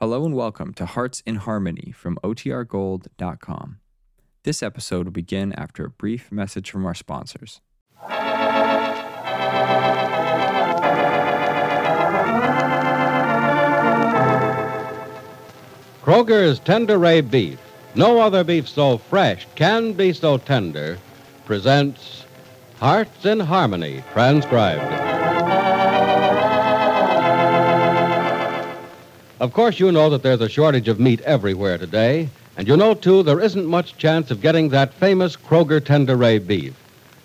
Hello and welcome to Hearts in Harmony from OTRGold.com. This episode will begin after a brief message from our sponsors. Kroger's Tender Ray Beef, no other beef so fresh can be so tender, presents Hearts in Harmony, transcribed. Of course, you know that there's a shortage of meat everywhere today, and you know, too, there isn't much chance of getting that famous Kroger Tender Ray Beef.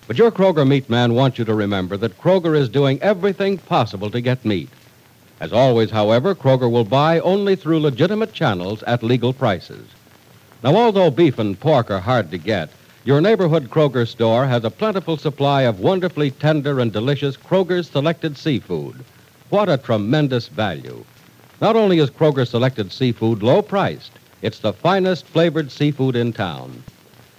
But your Kroger meat man wants you to remember that Kroger is doing everything possible to get meat. As always, however, Kroger will buy only through legitimate channels at legal prices. Now, although beef and pork are hard to get, your neighborhood Kroger store has a plentiful supply of wonderfully tender and delicious Kroger's selected seafood. What a tremendous value. Not only is Kroger selected seafood low priced, it's the finest flavored seafood in town.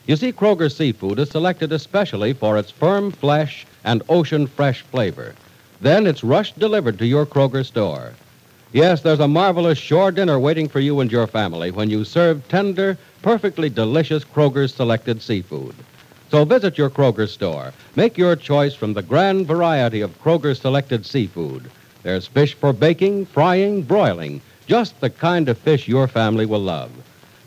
You see, Kroger seafood is selected especially for its firm flesh and ocean fresh flavor. Then it's rush delivered to your Kroger store. Yes, there's a marvelous shore dinner waiting for you and your family when you serve tender, perfectly delicious Kroger's selected seafood. So visit your Kroger store. Make your choice from the grand variety of Kroger's selected seafood. There's fish for baking, frying, broiling, just the kind of fish your family will love.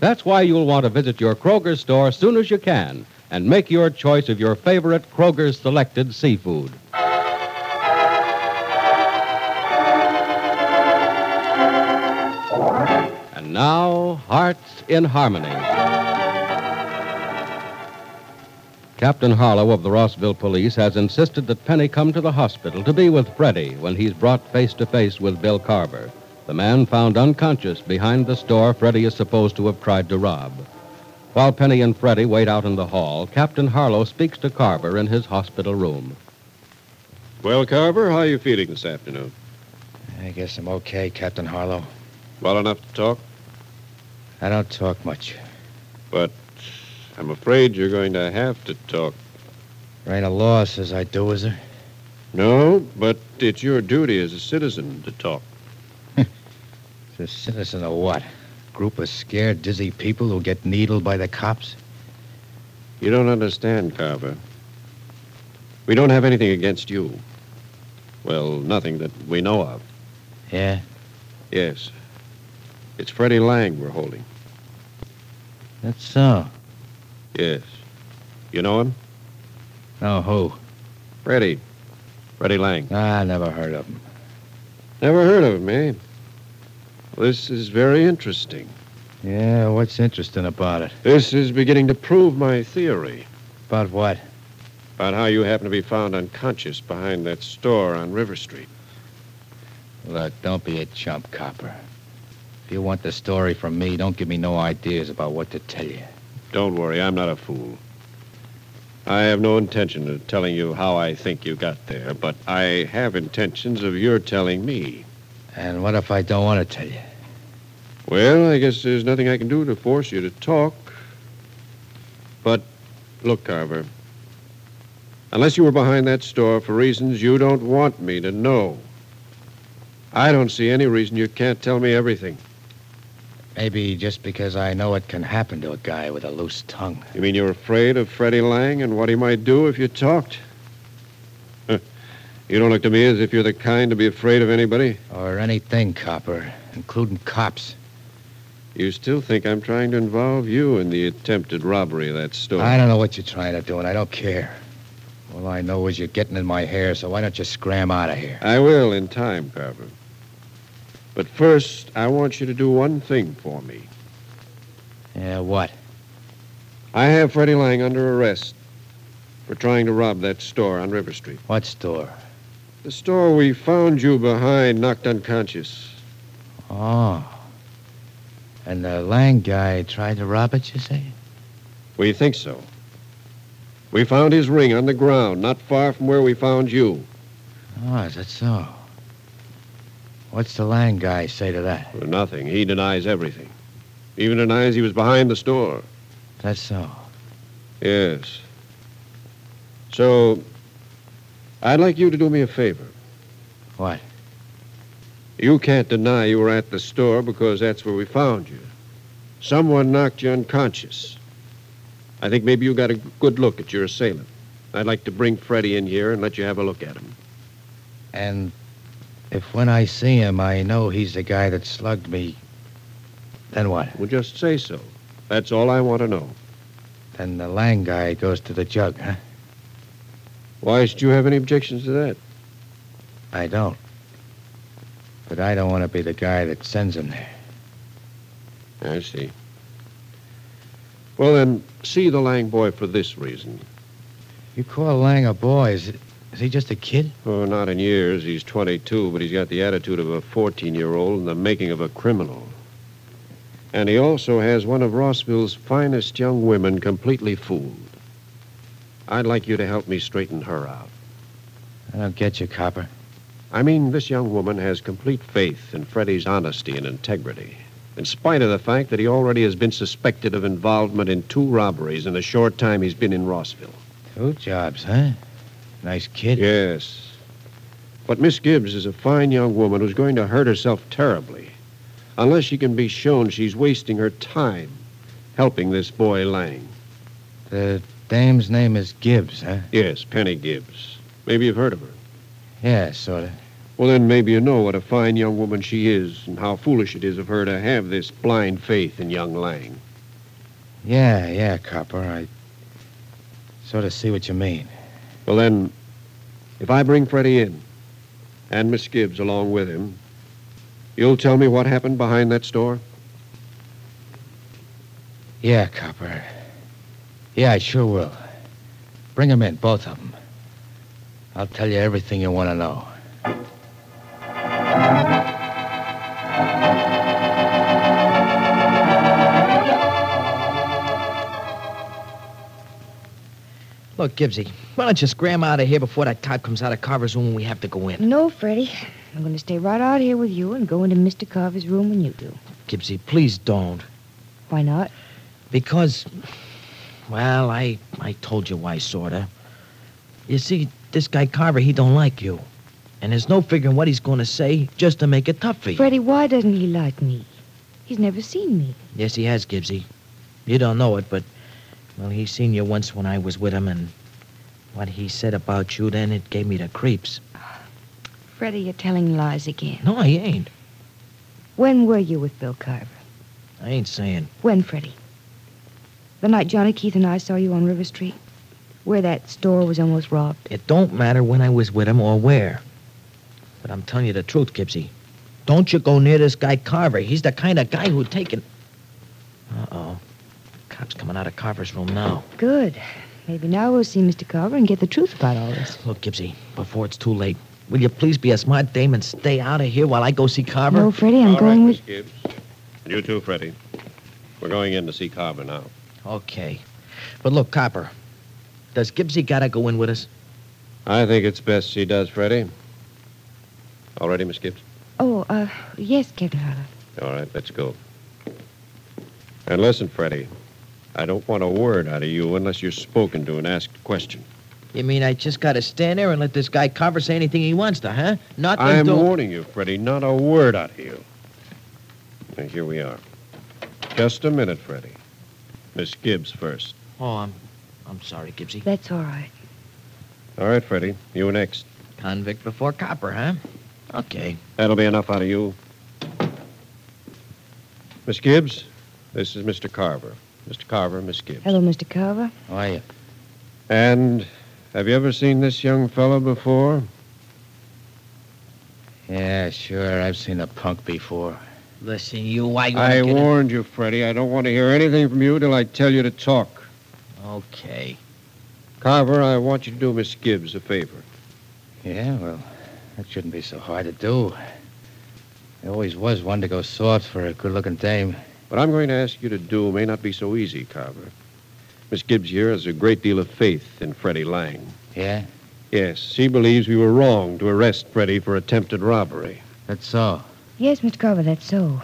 That's why you'll want to visit your Kroger store soon as you can and make your choice of your favorite Kroger's selected seafood. And now, Hearts in Harmony. Captain Harlow of the Rossville Police has insisted that Penny come to the hospital to be with Freddie when he's brought face to face with Bill Carver, the man found unconscious behind the store Freddie is supposed to have tried to rob. While Penny and Freddie wait out in the hall, Captain Harlow speaks to Carver in his hospital room. Well, Carver, how are you feeling this afternoon? I guess I'm okay, Captain Harlow. Well enough to talk, I don't talk much. but I'm afraid you're going to have to talk. There ain't a law says I do, is there? No, but it's your duty as a citizen to talk. It's a citizen of what? Group of scared, dizzy people who get needled by the cops? You don't understand, Carver. We don't have anything against you. Well, nothing that we know of. Yeah? Yes. It's Freddie Lang we're holding. That's so. Yes. You know him? No, who? Freddie. Freddie Lang. Ah, never heard of him. Never heard of him, eh? This is very interesting. Yeah, what's interesting about it? This is beginning to prove my theory. About what? About how you happened to be found unconscious behind that store on River Street. Look, don't be a chump, copper. If you want the story from me, don't give me no ideas about what to tell you. Don't worry, I'm not a fool. I have no intention of telling you how I think you got there, but I have intentions of your telling me. And what if I don't want to tell you? Well, I guess there's nothing I can do to force you to talk. But look, Carver. Unless you were behind that store for reasons you don't want me to know, I don't see any reason you can't tell me everything. Maybe just because I know it can happen to a guy with a loose tongue. You mean you're afraid of Freddie Lang and what he might do if you talked? Huh. you don't look to me as if you're the kind to be afraid of anybody. Or anything, copper, including cops. You still think I'm trying to involve you in the attempted robbery of that store. I don't know what you're trying to do, and I don't care. All I know is you're getting in my hair, so why don't you scram out of here? I will in time, Carver. But first, I want you to do one thing for me. Yeah, what? I have Freddie Lang under arrest for trying to rob that store on River Street. What store? The store we found you behind knocked unconscious. Oh. And the Lang guy tried to rob it, you say? We think so. We found his ring on the ground, not far from where we found you. Oh, is that so? What's the Lang guy say to that? Well, nothing. He denies everything. Even denies he was behind the store. That's so. Yes. So, I'd like you to do me a favor. What? You can't deny you were at the store because that's where we found you. Someone knocked you unconscious. I think maybe you got a good look at your assailant. I'd like to bring Freddy in here and let you have a look at him. And if when I see him, I know he's the guy that slugged me, then what? Well, just say so. That's all I want to know. Then the Lang guy goes to the jug, huh? Why should you have any objections to that? I don't. But I don't want to be the guy that sends him there. I see. Well, then, see the Lang boy for this reason. You call Lang a boy. Is, is he just a kid? Oh, not in years. He's 22, but he's got the attitude of a 14 year old and the making of a criminal. And he also has one of Rossville's finest young women completely fooled. I'd like you to help me straighten her out. I don't get you, Copper. I mean, this young woman has complete faith in Freddy's honesty and integrity, in spite of the fact that he already has been suspected of involvement in two robberies in the short time he's been in Rossville. Two jobs, huh? Nice kid. Yes. But Miss Gibbs is a fine young woman who's going to hurt herself terribly, unless she can be shown she's wasting her time helping this boy Lang. The dame's name is Gibbs, huh? Yes, Penny Gibbs. Maybe you've heard of her. Yeah, sort of. Well, then maybe you know what a fine young woman she is and how foolish it is of her to have this blind faith in young Lang. Yeah, yeah, Copper. I sort of see what you mean. Well, then, if I bring Freddie in and Miss Gibbs along with him, you'll tell me what happened behind that store? Yeah, Copper. Yeah, I sure will. Bring 'em in, both of 'em. I'll tell you everything you want to know. Look, Gibbsy, why don't you scram out of here before that cop comes out of Carver's room and we have to go in? No, Freddy. I'm going to stay right out here with you and go into Mr. Carver's room when you do. Gibbsy, please don't. Why not? Because, well, I, I told you why, sorta. You see, this guy Carver, he don't like you. And there's no figuring what he's going to say just to make it tough for you. Freddy, why doesn't he like me? He's never seen me. Yes, he has, Gibbsy. You don't know it, but, well, he seen you once when I was with him, and what he said about you then, it gave me the creeps. Freddy, you're telling lies again. No, I ain't. When were you with Bill Carver? I ain't saying. When, Freddy? The night Johnny Keith and I saw you on River Street, where that store was almost robbed. It don't matter when I was with him or where. But I'm telling you the truth, Gibbsy. Don't you go near this guy Carver. He's the kind of guy who'd take it. Uh-oh. Cop's coming out of Carver's room now. Good. Maybe now we'll see Mr. Carver and get the truth about all this. Look, Gibbsy, before it's too late, will you please be a smart dame and stay out of here while I go see Carver? No, Freddy, I'm All right, going Miss with. Gibbs. And you too, Freddie. We're going in to see Carver now. Okay. But look, Copper, does Gibbsy gotta go in with us? I think it's best she does, Freddie. All ready, Miss Gibbs? Oh, uh, yes, Captain Harlow. All right, let's go. And listen, Freddie, I don't want a word out of you unless you're spoken to and asked a question. You mean I just gotta stand there and let this guy Carver say anything he wants to, huh? Not I'm do- warning you, Freddie, not a word out of you. And here we are. Just a minute, Freddie. Miss Gibbs first. Oh, I'm, I'm sorry, Gibbsy. That's all right. All right, Freddie, you next. Convict before copper, huh? Okay. That'll be enough out of you. Miss Gibbs, this is Mr. Carver. Mr. Carver, Miss Gibbs. Hello, Mr. Carver. How are you? And have you ever seen this young fellow before? Yeah, sure. I've seen a punk before. Listen, you, I. I warned you, Freddie. I don't want to hear anything from you till I tell you to talk. Okay. Carver, I want you to do Miss Gibbs a favor. Yeah, well, that shouldn't be so hard to do. There always was one to go soft for a good looking dame. What I'm going to ask you to do may not be so easy, Carver. Miss Gibbs here has a great deal of faith in Freddie Lang. Yeah? Yes, she believes we were wrong to arrest Freddie for attempted robbery. That's so. Yes, Mr. Carver, that's so.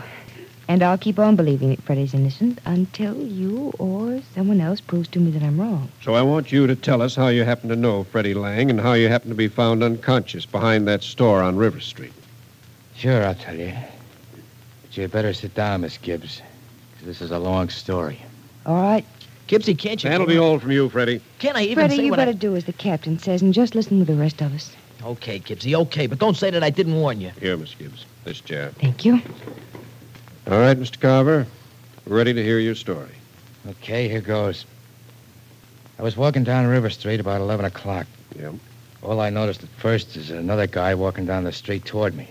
And I'll keep on believing that Freddy's innocent until you or someone else proves to me that I'm wrong. So I want you to tell us how you happen to know Freddie Lang and how you happen to be found unconscious behind that store on River Street. Sure, I'll tell you. But you better sit down, Miss Gibbs, 'cause this is a long story. All right. Gibbsy, can't you? That'll be all from you, Freddy. Can I even Freddy, say you what better I... do as the captain says and just listen with the rest of us. Okay, Gibbsy, okay, but don't say that I didn't warn you. Here, Miss Gibbs. This chair. Thank you. All right, Mr. Carver. We're ready to hear your story. Okay, here goes. I was walking down River Street about 11 o'clock. Yeah. All I noticed at first is another guy walking down the street toward me.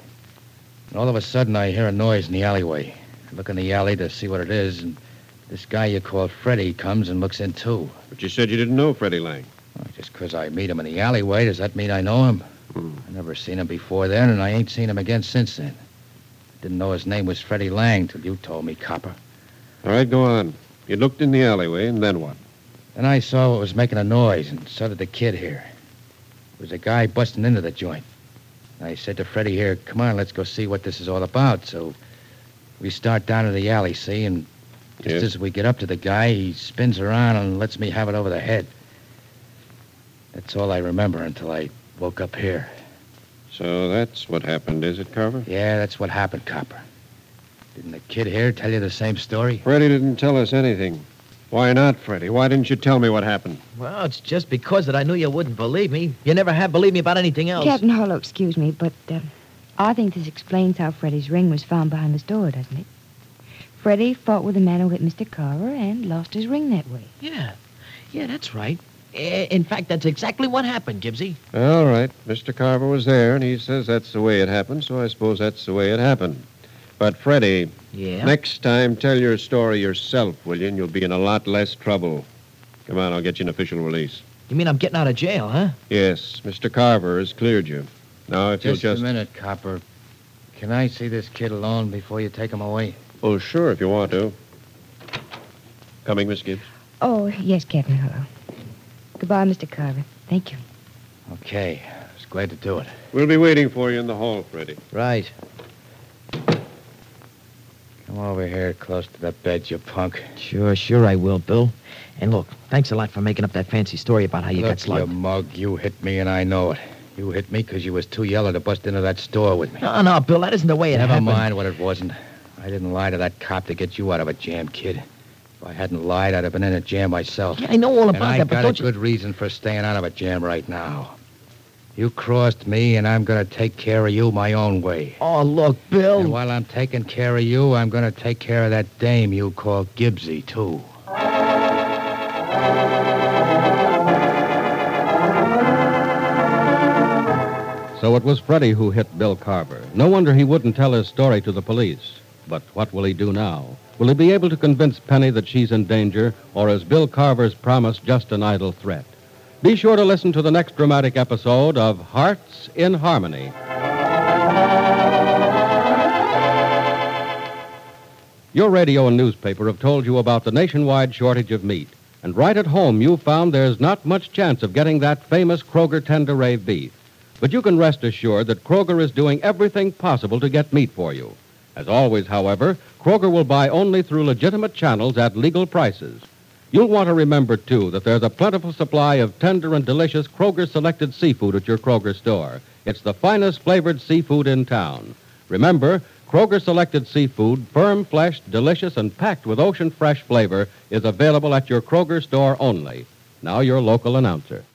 And all of a sudden, I hear a noise in the alleyway. I look in the alley to see what it is, and this guy you call Freddy comes and looks in, too. But you said you didn't know Freddy Lang. Oh, Just 'cause I meet him in the alleyway, does that mean I know him? Hmm. I never seen him before then, and I ain't seen him again since then. Didn't know his name was Freddy Lang till you told me, copper. All right, go on. You looked in the alleyway, and then what? Then I saw what was making a noise, and so did the kid here. It was a guy busting into the joint. I said to Freddie here, come on, let's go see what this is all about. So we start down to the alley, see, and just Yes. as we get up to the guy, he spins around and lets me have it over the head. That's all I remember until I woke up here. So that's what happened, is it, Carver? Yeah, that's what happened, Copper. Didn't the kid here tell you the same story? Freddy didn't tell us anything. Why not, Freddy? Why didn't you tell me what happened? Well, it's just because that I knew you wouldn't believe me. You never have believed me about anything else. Captain Harlow, excuse me, but uh, I think this explains how Freddy's ring was found behind this door, doesn't it? Freddy fought with the man who hit Mr. Carver and lost his ring that way. Yeah. Yeah, that's right. I- In fact, that's exactly what happened, Gibbsy. All right. Mr. Carver was there, and he says that's the way it happened, so I suppose that's the way it happened. But, Freddy, Yeah. next time tell your story yourself, will you? And you'll be in a lot less trouble. Come on, I'll get you an official release. You mean I'm getting out of jail, huh? Yes, Mr. Carver has cleared you. Now, if Just you'll a just. minute, Copper. Can I see this kid alone before you take him away? Oh, sure, if you want to. Coming, Miss Gibbs. Oh, yes, Captain Harlow. Goodbye, Mr. Carver. Thank you. Okay. I was glad to do it. We'll be waiting for you in the hall, Freddy. Right. Come over here close to the bed, you punk. Sure, sure I will, Bill. And look, thanks a lot for making up that fancy story about how you Look, got you slugged. mug, you hit me and I know it. You hit me 'cause you was too yellow to bust into that store with me. No, no, Bill, that isn't the way it Never happened. mind what it wasn't. I didn't lie to that cop to get you out of a jam, kid. If I hadn't lied, I'd have been in a jam myself. Yeah, I know all And about I that, but got don't a you... good reason for staying out of a jam right now. You crossed me, and I'm going to take care of you my own way. Oh, look, Bill. And while I'm taking care of you, I'm going to take care of that dame you call Gibbsy, too. So it was Freddy who hit Bill Carver. No wonder he wouldn't tell his story to the police. But what will he do now? Will he be able to convince Penny that she's in danger, or is Bill Carver's promise just an idle threat? Be sure to listen to the next dramatic episode of Hearts in Harmony. Your radio and newspaper have told you about the nationwide shortage of meat, and right at home you found there's not much chance of getting that famous Kroger Tenderay beef. But you can rest assured that Kroger is doing everything possible to get meat for you. As always, however, Kroger will buy only through legitimate channels at legal prices. You'll want to remember, too, that there's a plentiful supply of tender and delicious Kroger selected seafood at your Kroger store. It's the finest flavored seafood in town. Remember, Kroger selected seafood, firm fleshed, delicious, and packed with ocean fresh flavor, is available at your Kroger store only. Now, your local announcer.